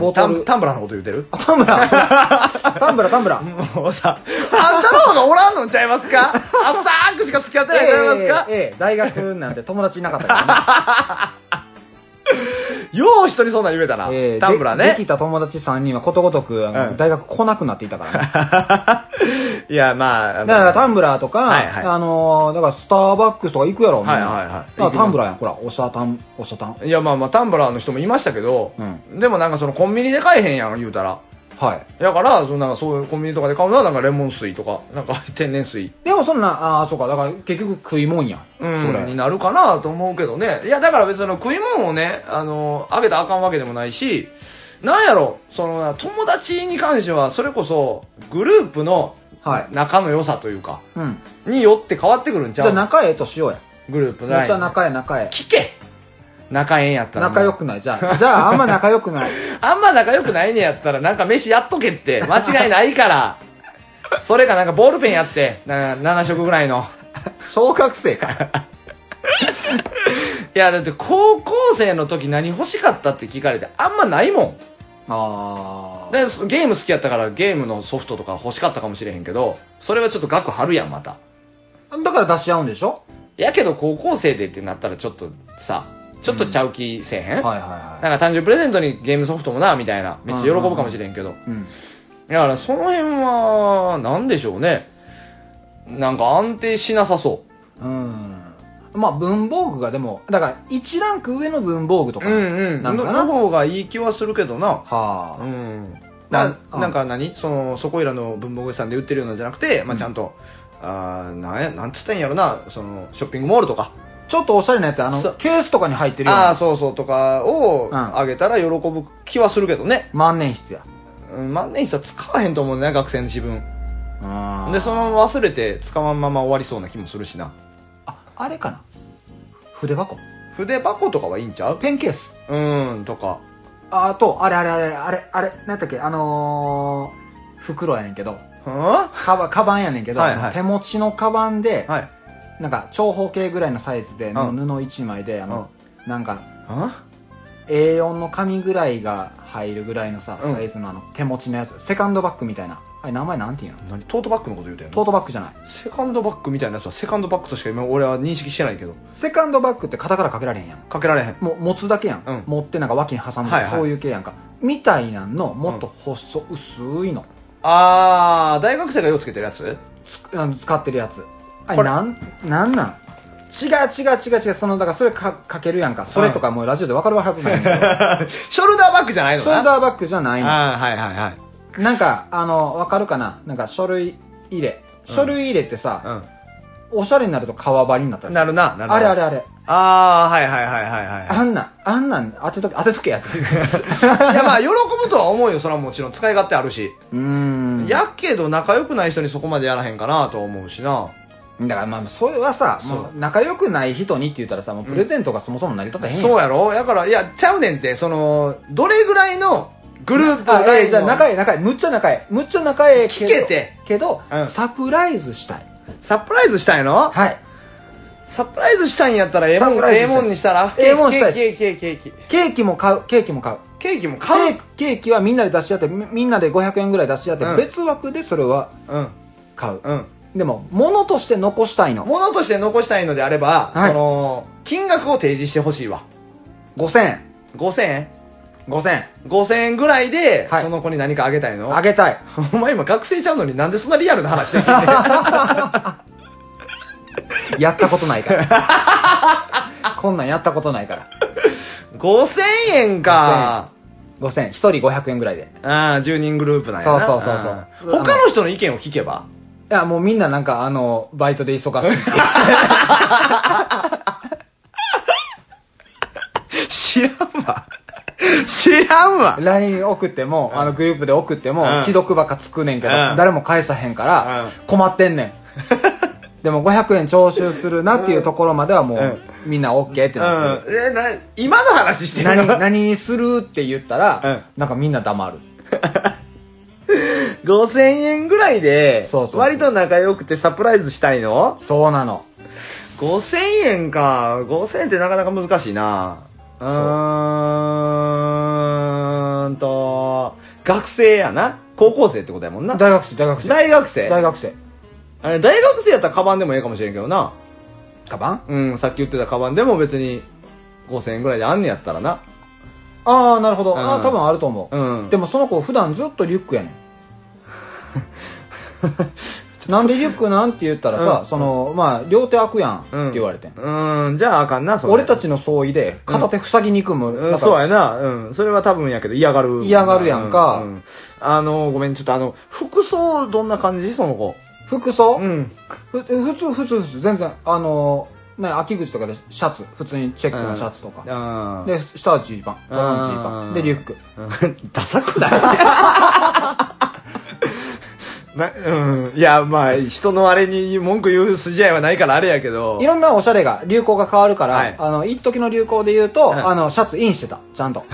Speaker 5: 何
Speaker 4: ト
Speaker 5: タン
Speaker 4: ル
Speaker 5: タンブラーのこと言うてる
Speaker 4: あタンブラー タンブラータンブラー
Speaker 5: もうさ、あんたの方がおらんのんちゃいますか浅くしか付き合ってないんちゃいますか、
Speaker 4: ええええ大学なんて友達いなかったからね
Speaker 5: よう人にそんなん言えたな。
Speaker 4: えー
Speaker 5: タンブラー
Speaker 4: ででき
Speaker 5: ね。
Speaker 4: た友達3人はことごとく、あの
Speaker 5: うん
Speaker 4: 大学来なくなっていたからね。 だか
Speaker 5: いや、まあ、あの
Speaker 4: らタンブラーとか、
Speaker 5: はいはい
Speaker 4: あのーだからスターバックスとか行くやろ、みんな。
Speaker 5: はいはいはい
Speaker 4: だからタンブラーやん、ほら、おしゃたん、おしゃたん。
Speaker 5: いや、まあまあ、タンブラーの人もいましたけど、
Speaker 4: う
Speaker 5: でもなんかそのコンビニで買えへんやん、言うたら。
Speaker 4: はい。
Speaker 5: だから、そのなんかそういうコンビニとかで買うのは、なんかレモン水とか、なんか天然水、
Speaker 4: でもそんな、ああー、そうか、だから結局食いもんやん。
Speaker 5: うん
Speaker 4: それ
Speaker 5: に。なるかなと思うけどね。いや、だから別にあの食い物をね、あの、あげたらあかんわけでもないし、なんやろそのな友達に関してはそれこそグループの
Speaker 4: はい
Speaker 5: 仲の良さというか、
Speaker 4: うん。
Speaker 5: によって変わってくるんち
Speaker 4: じゃ
Speaker 5: ゃ
Speaker 4: あ
Speaker 5: う
Speaker 4: 仲ええとしようや。
Speaker 5: グループの
Speaker 4: めっ
Speaker 5: ライ
Speaker 4: ち
Speaker 5: ン
Speaker 4: ゃ仲ええ仲え
Speaker 5: 聞け仲ええんやっ
Speaker 4: え。
Speaker 5: たらもう
Speaker 4: 仲良くない。じゃあ、 じゃああんま仲良くない。
Speaker 5: あんま仲良くないねやったらなんか飯やっとけって間違いないから それかなんかボールペンやってな7色ぐらいの
Speaker 4: 小学生か。
Speaker 5: いやだって高校生の時何欲しかったって聞かれてあんまないもん
Speaker 4: あー。
Speaker 5: でそゲーム好きやったからゲームのソフトとか欲しかったかもしれへんけどそれはちょっと額張るやんまた
Speaker 4: だから出し合うんでしょ
Speaker 5: やけど高校生でってなったらちょっとさちょっとちゃう気せえへん、
Speaker 4: はいはいは
Speaker 5: なんか誕生日プレゼントにゲームソフトもなみたいなめっちゃ喜ぶかもしれんけど
Speaker 4: い。うん。
Speaker 5: だからその辺は、なんでしょうね。なんか安定しなさそう
Speaker 4: ーん。まあ文房具がでも、だから1ランク上の文房具と
Speaker 5: う。
Speaker 4: かなんかな。は
Speaker 5: 方がいい気はするけどな。う
Speaker 4: あ。
Speaker 5: ん。
Speaker 4: まあ
Speaker 5: な
Speaker 4: うん
Speaker 5: なんか何その、そこいらの文房具屋さんで売ってるようなんじゃなくて、まあちゃんと、あーなんや、なんつったんやろな、その、ショッピングモールとか。
Speaker 4: ちょっとおしゃれなやつ、あの
Speaker 5: そう、
Speaker 4: ケースとかに入ってるよう
Speaker 5: ああ、
Speaker 4: な。
Speaker 5: そうそうとかを
Speaker 4: うん
Speaker 5: あげたら喜ぶ気はするけどね。
Speaker 4: 万年筆や。
Speaker 5: うん、万年筆は使わへんと思うね、学生の自分。
Speaker 4: あ
Speaker 5: で、そのまま忘れて使わんまま終わりそうな気もするしな。
Speaker 4: あ、あれかな筆箱
Speaker 5: 筆箱とかはいいんちゃう
Speaker 4: ペンケース
Speaker 5: うん、とか。
Speaker 4: あと、あれあれあれあれ、あれ、なんだっけ、あのー、袋やねんけど、
Speaker 5: は
Speaker 4: カバ、カバンやねんけど、
Speaker 5: はいはい
Speaker 4: 手持ちのカバンで、
Speaker 5: はい。
Speaker 4: なんか長方形ぐらいのサイズで、もう布一枚で、あの、なんか、
Speaker 5: あ
Speaker 4: A4 の紙ぐらいが入るぐらいのさ、
Speaker 5: うん
Speaker 4: サイズのあの、手持ちのやつ、セカンドバッグみたいな。あれ、名前なんていうの
Speaker 5: 何トートバッグのこと言うてん
Speaker 4: トー
Speaker 5: の
Speaker 4: トバッグじゃない。
Speaker 5: セカンドバッグみたいなやつはセカンドバッグとしか今俺は認識してないけど。
Speaker 4: セカンドバッグって肩からかけられへんやん。
Speaker 5: かけられへん。
Speaker 4: もう持つだけやん。
Speaker 5: うん
Speaker 4: 持ってなんか脇に挟むとか、
Speaker 5: はいはい
Speaker 4: そういう系やんか。みたいなんの、もっと細、薄いの。
Speaker 5: あー、大学生がようつけてるやつ
Speaker 4: つあの使ってるやつあ
Speaker 5: こ
Speaker 4: れ
Speaker 5: れ
Speaker 4: なんなんなん違う違う違う違うそのだからそれかかけるやんかそれとかもうラジオで分かるはずな いんだよ
Speaker 5: ショルダーバッグじゃないの
Speaker 4: シ
Speaker 5: な
Speaker 4: ョルダーバッグじゃないの
Speaker 5: あー、はいはいはい。
Speaker 4: なんかあの分かるかななんか書類入れ書類入れってさ、おしゃれになると革張りになった
Speaker 5: うん。
Speaker 4: り
Speaker 5: なるな、なるな
Speaker 4: あれあれ。あれ
Speaker 5: あー、はいはいはいはいは
Speaker 4: あんなんあんなん当てとけ当てとけやっ て
Speaker 5: い。いやまあ、喜ぶとは思うよ。それはもちろん使い勝手あるし。
Speaker 4: うーん
Speaker 5: やけど、仲良くない人にそこまでやらへんかなとは思うしな。
Speaker 4: だからまあそれはさ
Speaker 5: そう
Speaker 4: もう仲良くない人にって言ったらさもうプレゼントがそもそも成り立たへんやん
Speaker 5: そうやろだから、いや、ちゃうねんって、その、どれぐらいのグループ
Speaker 4: あ、
Speaker 5: ライ
Speaker 4: えー
Speaker 5: ン
Speaker 4: じゃあ
Speaker 5: の
Speaker 4: 仲ええ仲ええむっちゃ仲ええむっちゃ仲ええけど
Speaker 5: 聞けて
Speaker 4: けど、
Speaker 5: うん
Speaker 4: サプライズしたい
Speaker 5: サプライズしたいの
Speaker 4: はい
Speaker 5: サプライズしたいんやったらええも
Speaker 4: サプ
Speaker 5: ん、
Speaker 4: ライズ
Speaker 5: え
Speaker 4: し
Speaker 5: え
Speaker 4: たい
Speaker 5: もんにしたら
Speaker 4: ええもんしたい
Speaker 5: ケーキ、ケーキ、ケーキ、ケーキ。
Speaker 4: ケーキも買うケーキも買う
Speaker 5: ケーキも
Speaker 4: ケ
Speaker 5: 買う
Speaker 4: ーキケーキはみんなで出し合ってみみんなで500円ぐらい出し合って、
Speaker 5: うん
Speaker 4: 別枠でそれは
Speaker 5: うん、
Speaker 4: 買う、
Speaker 5: うん。
Speaker 4: でも物として残したいの
Speaker 5: 物として残したいのであれば、
Speaker 4: はい
Speaker 5: その、金額を提示してほしいわ。
Speaker 4: 5000円
Speaker 5: 5000円
Speaker 4: 5000円
Speaker 5: ?5000 円ぐらいで、
Speaker 4: はい
Speaker 5: その子に何かあげたいの
Speaker 4: あげたい
Speaker 5: お前今学生ちゃうのになんでそんなリアルな話できんねん
Speaker 4: やったことないから こんなんやったことないから
Speaker 5: ?5000 円か。
Speaker 4: 5000円1人500円ぐらいで
Speaker 5: ああ、10人グループなんやな。
Speaker 4: そうそうそうそうん
Speaker 5: 他の人の意見を聞けば
Speaker 4: いやもうみんななんかあのバイトで忙しい
Speaker 5: 知らんわ。知らんわ。
Speaker 4: LINE 送っても、あのグループで送っても、
Speaker 5: うん
Speaker 4: 既読ばっかつくねんけど、
Speaker 5: うん
Speaker 4: 誰も返さへんから、
Speaker 5: うん
Speaker 4: 困ってんねん。 でも500円徴収するなっていうところまではもう、みんな OK って
Speaker 5: う
Speaker 4: なって
Speaker 5: ん。え、な、今の話して
Speaker 4: る。
Speaker 5: るの
Speaker 4: 何、何にするって言ったら、なんかみんな黙る。
Speaker 5: 5000円ぐらいで
Speaker 4: そうそうそう
Speaker 5: 割と仲良くてサプライズしたいの
Speaker 4: そうなの。
Speaker 5: 5000円か5000円ってなかなか難しいなうーんと学生やな高校生ってことやもんな
Speaker 4: 大学生、大学生。
Speaker 5: 大学生
Speaker 4: 大学生。
Speaker 5: あれ大学生やったらカバンでもええかもしれんけどな
Speaker 4: カバン
Speaker 5: うんさっき言ってたカバンでも別に5000円ぐらいであんねやったらな
Speaker 4: ああ、なるほど。
Speaker 5: ん
Speaker 4: ああ、多分あると思う。
Speaker 5: うん
Speaker 4: でもその子普段ずっとリュックやねん。 なんでリュックなんて言ったらさ、
Speaker 5: うん
Speaker 4: その、まあ、両手開くやんって言われてん。
Speaker 5: うーんじゃああかんなそれ
Speaker 4: 俺たちの相違で片手塞ぎに行く
Speaker 5: う
Speaker 4: も、
Speaker 5: ん
Speaker 4: なんか
Speaker 5: そうやな。うん。それは多分やけど、嫌がる。
Speaker 4: 嫌がるやんか
Speaker 5: ううあの、ごめん、ちょっとあの、服装どんな感じその子。
Speaker 4: 服装、
Speaker 5: ん。
Speaker 4: ふ普通普通普通全然あのーね、秋口とかでシャツ、普通にチェックのシャツとか。
Speaker 5: か
Speaker 4: で、下はジーパン、トランジー
Speaker 5: う
Speaker 4: パ
Speaker 5: ん
Speaker 4: ン。で、リュック。
Speaker 5: ダサくないなうん、い や、まあ、人のあれに文句言う筋合いはないからあれやけど
Speaker 4: い。ろんなおしゃれが、流行が変わるから、
Speaker 5: はい
Speaker 4: あの、一時の流行で言うと、あの、シャツインしてた、ちゃんと。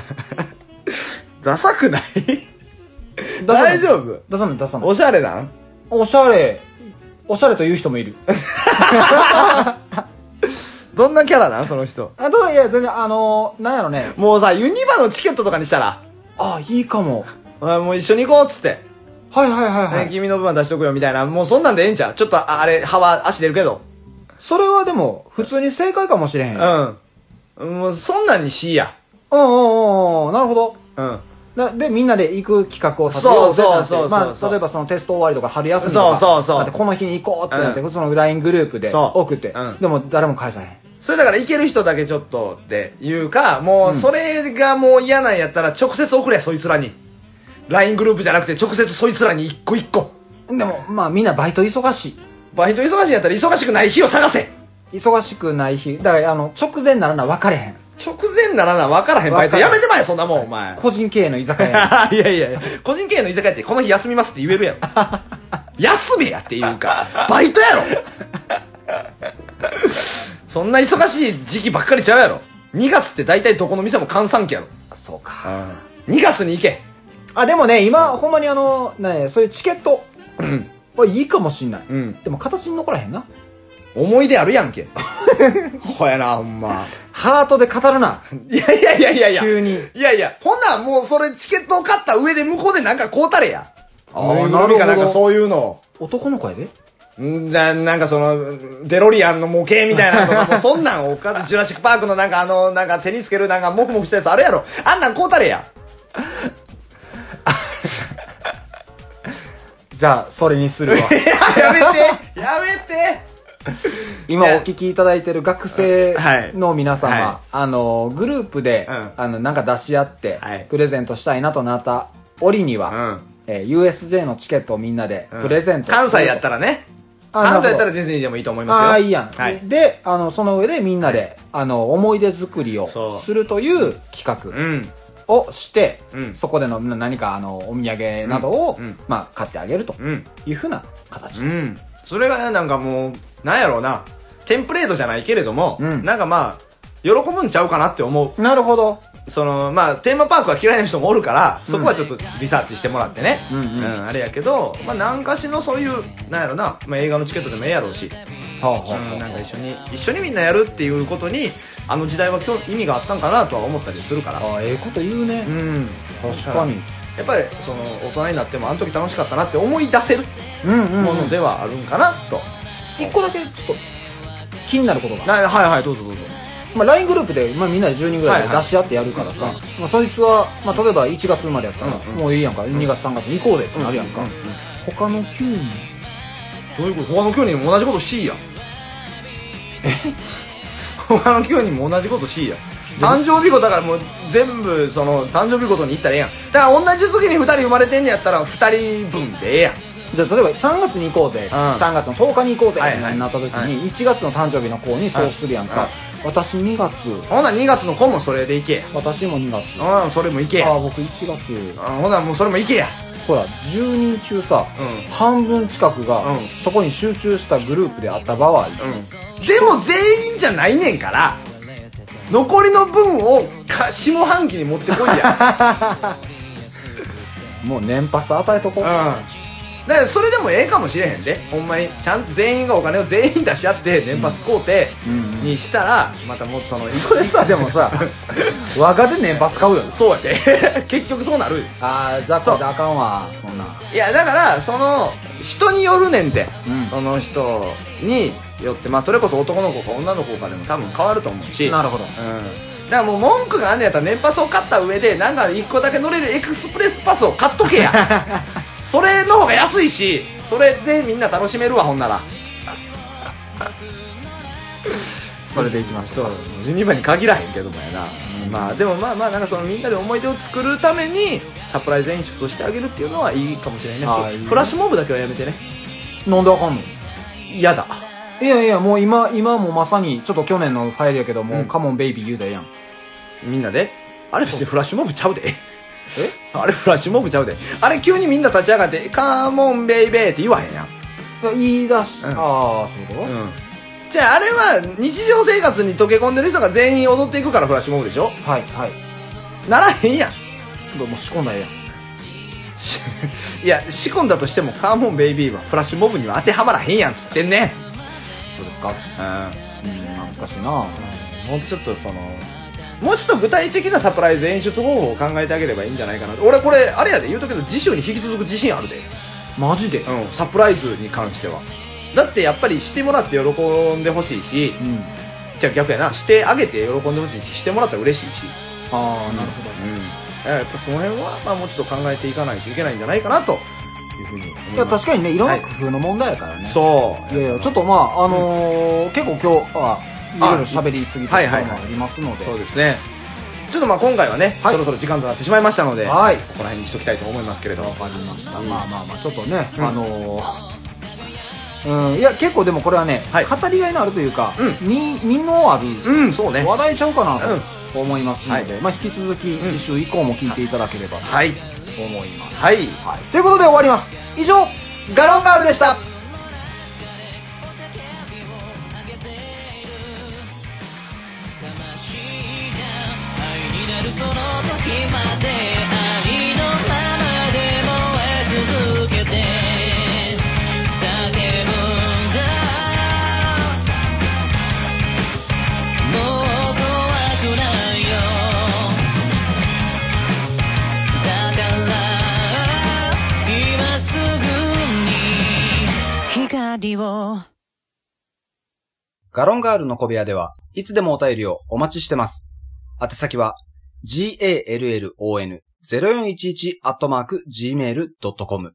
Speaker 5: ダサくない 大丈夫
Speaker 4: 出さない、出さない
Speaker 5: お。しゃれなん
Speaker 4: おしゃれ、おしゃれという 人もいる。
Speaker 5: どんなキャラなんその人。
Speaker 4: あと、いや、全然、あのなんやろね。
Speaker 5: もうさ、ユニバのチケットとかにしたら、
Speaker 4: あ、いいかも。
Speaker 5: あもう一緒に行こうっつって、
Speaker 4: はいはいはいはい。
Speaker 5: ね君の分は出しとくよみたいな、もうそんなんでええんちゃうちょっとああれ、歯は足出るけど。
Speaker 4: それはでも、普通に正解かもしれへん。うんうん
Speaker 5: うん。もうそんなんにしいや。
Speaker 4: うんうん。なるほど。
Speaker 5: うん。
Speaker 4: なで、みんなで行く企画を立てようぜなんて
Speaker 5: そうそうそうそうそう
Speaker 4: まあ、例えばそのテスト終わりとか春休みとか。
Speaker 5: そうそうそう
Speaker 4: だってこの日に行こうってなって、
Speaker 5: う
Speaker 4: その LINE グループで
Speaker 5: そう
Speaker 4: 送って。
Speaker 5: うん
Speaker 4: でも誰も返さへん。
Speaker 5: それだから行ける人だけちょっとっていうか、もうそれがもう嫌なんやったら直接送れ、そいつらに。LINE グループじゃなくて直接そいつらに一個一個。
Speaker 4: でも、まあみんなバイト忙し
Speaker 5: バイト忙しいんやったら忙しくない日を探せ
Speaker 4: い。忙しくない日。だから、あの、直前ならな分かれへん。
Speaker 5: 直前ならな、分からへんバイト。
Speaker 4: 分か
Speaker 5: や
Speaker 4: る
Speaker 5: めてまえ、そんなもん、お前。
Speaker 4: 個人経営の居酒 屋。
Speaker 5: いやいやいや個人経営の居酒屋ってこの日休みますって言えるやろ。 休めやっていうか、バイトやろ そんな忙しい時期ばっかりちゃうやろ。2月って大体どこの店も閑散期やろ。
Speaker 4: そうか。
Speaker 5: 2月に行け。
Speaker 4: あ、でもね、今、ほんまにあの、ね、そういうチケッ ト。はいいかもしんない。
Speaker 5: ん
Speaker 4: でも形に残らへんな。
Speaker 5: 思い出あるやんけ。 ほやな、ほんま。
Speaker 4: ハートで語るな。
Speaker 5: いやいやいやいやいや。
Speaker 4: 急に
Speaker 5: いやいや、ほんならもうそれチケットを買った上で向こうでなんか買うたれや。
Speaker 4: あー
Speaker 5: ぬいぐるみか
Speaker 4: な
Speaker 5: な
Speaker 4: るほど
Speaker 5: んかそういうの。
Speaker 4: 男の声で
Speaker 5: んな、なんかその、デロリアンの模型みたいなの とか、もうそんなんおかず、ジュラシックパークのなんかあの、なんか手につけるなんかモフモフしたやつあるやろ。あんなん買うたれ や。
Speaker 4: じゃあ、それにするわ。
Speaker 5: やめてやめて
Speaker 4: 今お
Speaker 5: ね
Speaker 4: 聞きいただいてる学生
Speaker 5: はい
Speaker 4: の皆様、
Speaker 5: は
Speaker 4: あの、グループで、
Speaker 5: うん
Speaker 4: あの、なんか出し合って、
Speaker 5: はい
Speaker 4: プレゼントしたいなとなった折には、
Speaker 5: ん。
Speaker 4: えー USJ のチケットをみんなでプレゼント、
Speaker 5: 関西やったらね。
Speaker 4: あなる
Speaker 5: 関
Speaker 4: ほ
Speaker 5: 東
Speaker 4: ど
Speaker 5: やったらディズニーでもいいと思いますよ。
Speaker 4: ああ、いいやん、
Speaker 5: はい。
Speaker 4: で、あの、その上でみんなで、あの、思い出作りを
Speaker 5: そう
Speaker 4: するという企
Speaker 5: う
Speaker 4: 画
Speaker 5: ん。
Speaker 4: をして、
Speaker 5: うん
Speaker 4: そこでのな何か、あの、お土産などを、
Speaker 5: うんうん
Speaker 4: まあ、買ってあげると
Speaker 5: うん。
Speaker 4: いうふうな形。
Speaker 5: うん。それがね、なんかもう、なんやろうな、テンプレートじゃないけれども、
Speaker 4: うん
Speaker 5: なんかまあ、喜ぶんちゃうかなって思
Speaker 4: なるほど。
Speaker 5: う。その、まあ、テーマパークは嫌いな人もおるから、そこはちょっとリサーチしてもらってね。
Speaker 4: うんうん
Speaker 5: あれやけど、まあ、何かしのそういう、なんやろな、まあ、映画のチケットでもええやろうし、
Speaker 4: はあはあ
Speaker 5: うん、なんか一緒に、一緒にみんなやるっていうことに、あの時代は今日意味があったんかなとは思ったりするから。
Speaker 4: ああええこと言うね。
Speaker 5: うん。
Speaker 4: 確かに。
Speaker 5: やっぱり、その、大人になっても、あの時楽しかったなって思い出せる
Speaker 4: うんうん、
Speaker 5: ものではあるんかなと。
Speaker 4: 一個だけちょっと気になることが、
Speaker 5: なはいはい、どうぞどうぞ。
Speaker 4: まあ、LINE グループで、まあ、みんなで10人ぐらい
Speaker 5: はい
Speaker 4: で
Speaker 5: はい
Speaker 4: 出し合ってやるからさ、まあ、そいつは、まあ、例えば1月生まれやったら、
Speaker 5: うん
Speaker 4: もういいやんか2月3月に行こうぜってなるやんか、
Speaker 5: うんうんうん
Speaker 4: 他の9人
Speaker 5: どういうこと他の9人も同じことしいやえ他の9人も同じことしいや誕生日ごとだからもう全部その誕生日ごとに行ったらええやんだから同じ月に2人生まれてんねやったら2人分でええやん
Speaker 4: じゃあ例えば3月に行こうぜ、3月の10日に行こうぜ
Speaker 5: はい
Speaker 4: って
Speaker 5: はい
Speaker 4: なった時
Speaker 5: はい
Speaker 4: に1月の誕生日の子にそうするやんか、
Speaker 5: はい
Speaker 4: 私2月
Speaker 5: ほな2月の子もそれで行け
Speaker 4: 私も2月
Speaker 5: やうんそれも行け
Speaker 4: あ
Speaker 5: や
Speaker 4: あ僕1月
Speaker 5: うんほなもうそれも行けや
Speaker 4: ほら10人中さ、
Speaker 5: うん
Speaker 4: 半分近くが、
Speaker 5: うん
Speaker 4: そこに集中したグループであった場合、
Speaker 5: うんでも全員じゃないねんから残りの分をか下半期に持ってこいや
Speaker 4: もう年パス与えとこう、
Speaker 5: だからそれでもええかもしれへんでほんまにちゃんと全員がお金を全員出し合って年パス買うてにしたらまたもっとその
Speaker 4: それさでもさ若手年パス買うよ
Speaker 5: そうやで 結局そうなる
Speaker 4: ああじゃあこれであかんわそんない
Speaker 5: やだからその人によるねんて、
Speaker 4: うん
Speaker 5: その人によってまあそれこそ男の子か女の子かでも多分変わると思うし
Speaker 4: なるほど
Speaker 5: うんだからもう文句があんねやったら年パスを買った上でなんか1個だけ乗れるエクスプレスパスを買っとけ やそれの方が安いしそれでみんな楽しめるわほんなら
Speaker 4: それでいきましょう
Speaker 5: ユニバに限らへんけどもやな、まあでもまあまあなんかそのみんなで思い出を作るためにサプライズ演出をしてあげるっていうのはいいかもしれないね
Speaker 4: あーいいね
Speaker 5: フラッシュモブだけはやめてね
Speaker 4: なんであかんの
Speaker 5: 嫌だ
Speaker 4: いやいや、もう今、今もまさに、ちょっと去年のファイルやけど、もう、
Speaker 5: うん
Speaker 4: カモンベイビー言うだやん。
Speaker 5: みんなであれ別にフラッシュモブちゃうでえ あれフラッシュモブちゃうであれ急にみんな立ち上がって「カーモンベイベー」って言わへんやん、
Speaker 4: 言い出し、
Speaker 5: うん
Speaker 4: ああ、そういうこと、
Speaker 5: じゃああれは日常生活に溶け込んでる人が全員踊っていくからフラッシュモブでしょ
Speaker 4: はい、はい。
Speaker 5: ならへん やん
Speaker 4: どうも仕込んだらええやん。
Speaker 5: しいや仕込んだとしてもカーモンベイビーはフラッシュモブには当てはまらへんやんつってんね
Speaker 4: そうですか。
Speaker 5: う
Speaker 4: うん、まあ難しいな。
Speaker 5: んもうちょっとそのもうちょっと具体的なサプライズ演出方法を考えてあげればいいんじゃないかな俺これあれやで言うとけど次週に引き続く自信あるで
Speaker 4: マジで。
Speaker 5: うんサプライズに関してはだってやっぱりしてもらって喜んでほしいし
Speaker 4: うん。
Speaker 5: じゃあ逆やなしてあげて喜んでほしいししてもらったら嬉しいし
Speaker 4: ああ、なるほど。
Speaker 5: うん、やっぱその辺は、まあ、もうちょっと考えていかないといけないんじゃないかなというふうに思います
Speaker 4: いや、確かにね、いろんな
Speaker 5: はい
Speaker 4: 工夫の問題やからね。
Speaker 5: そう
Speaker 4: いやいや、ちょっとまあ、あのー結構今日、あいろいろ喋りすぎた
Speaker 5: はい
Speaker 4: とこ
Speaker 5: はい
Speaker 4: ろもありますので。
Speaker 5: そうですねちょっとまあ今回はね、
Speaker 4: はい
Speaker 5: そろそろ時間となってしまいましたので、
Speaker 4: はい
Speaker 5: この辺にしときたいと思いますけれど
Speaker 4: わ
Speaker 5: も
Speaker 4: かりました、
Speaker 5: うん
Speaker 4: まあまあまあちょっとね、
Speaker 5: うん
Speaker 4: あのーうんいや結構でもこれはね、
Speaker 5: はい
Speaker 4: 語りがいのあるというか、
Speaker 5: う
Speaker 4: みみのある
Speaker 5: うんそうね
Speaker 4: 話題ちゃうかな
Speaker 5: うん
Speaker 4: と思いますので、まあ、引き続き
Speaker 5: うん
Speaker 4: 次週以降も聞いていただければと
Speaker 5: はい
Speaker 4: 思います、
Speaker 5: はい
Speaker 4: はい、ということで終わります以上
Speaker 5: ガロンガールでした
Speaker 1: ガロンガールの小部屋では、いつでもお便りをお待ちしてます。宛先は、gallon0411-gmail.com。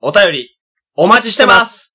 Speaker 1: お便り、お待ちしてます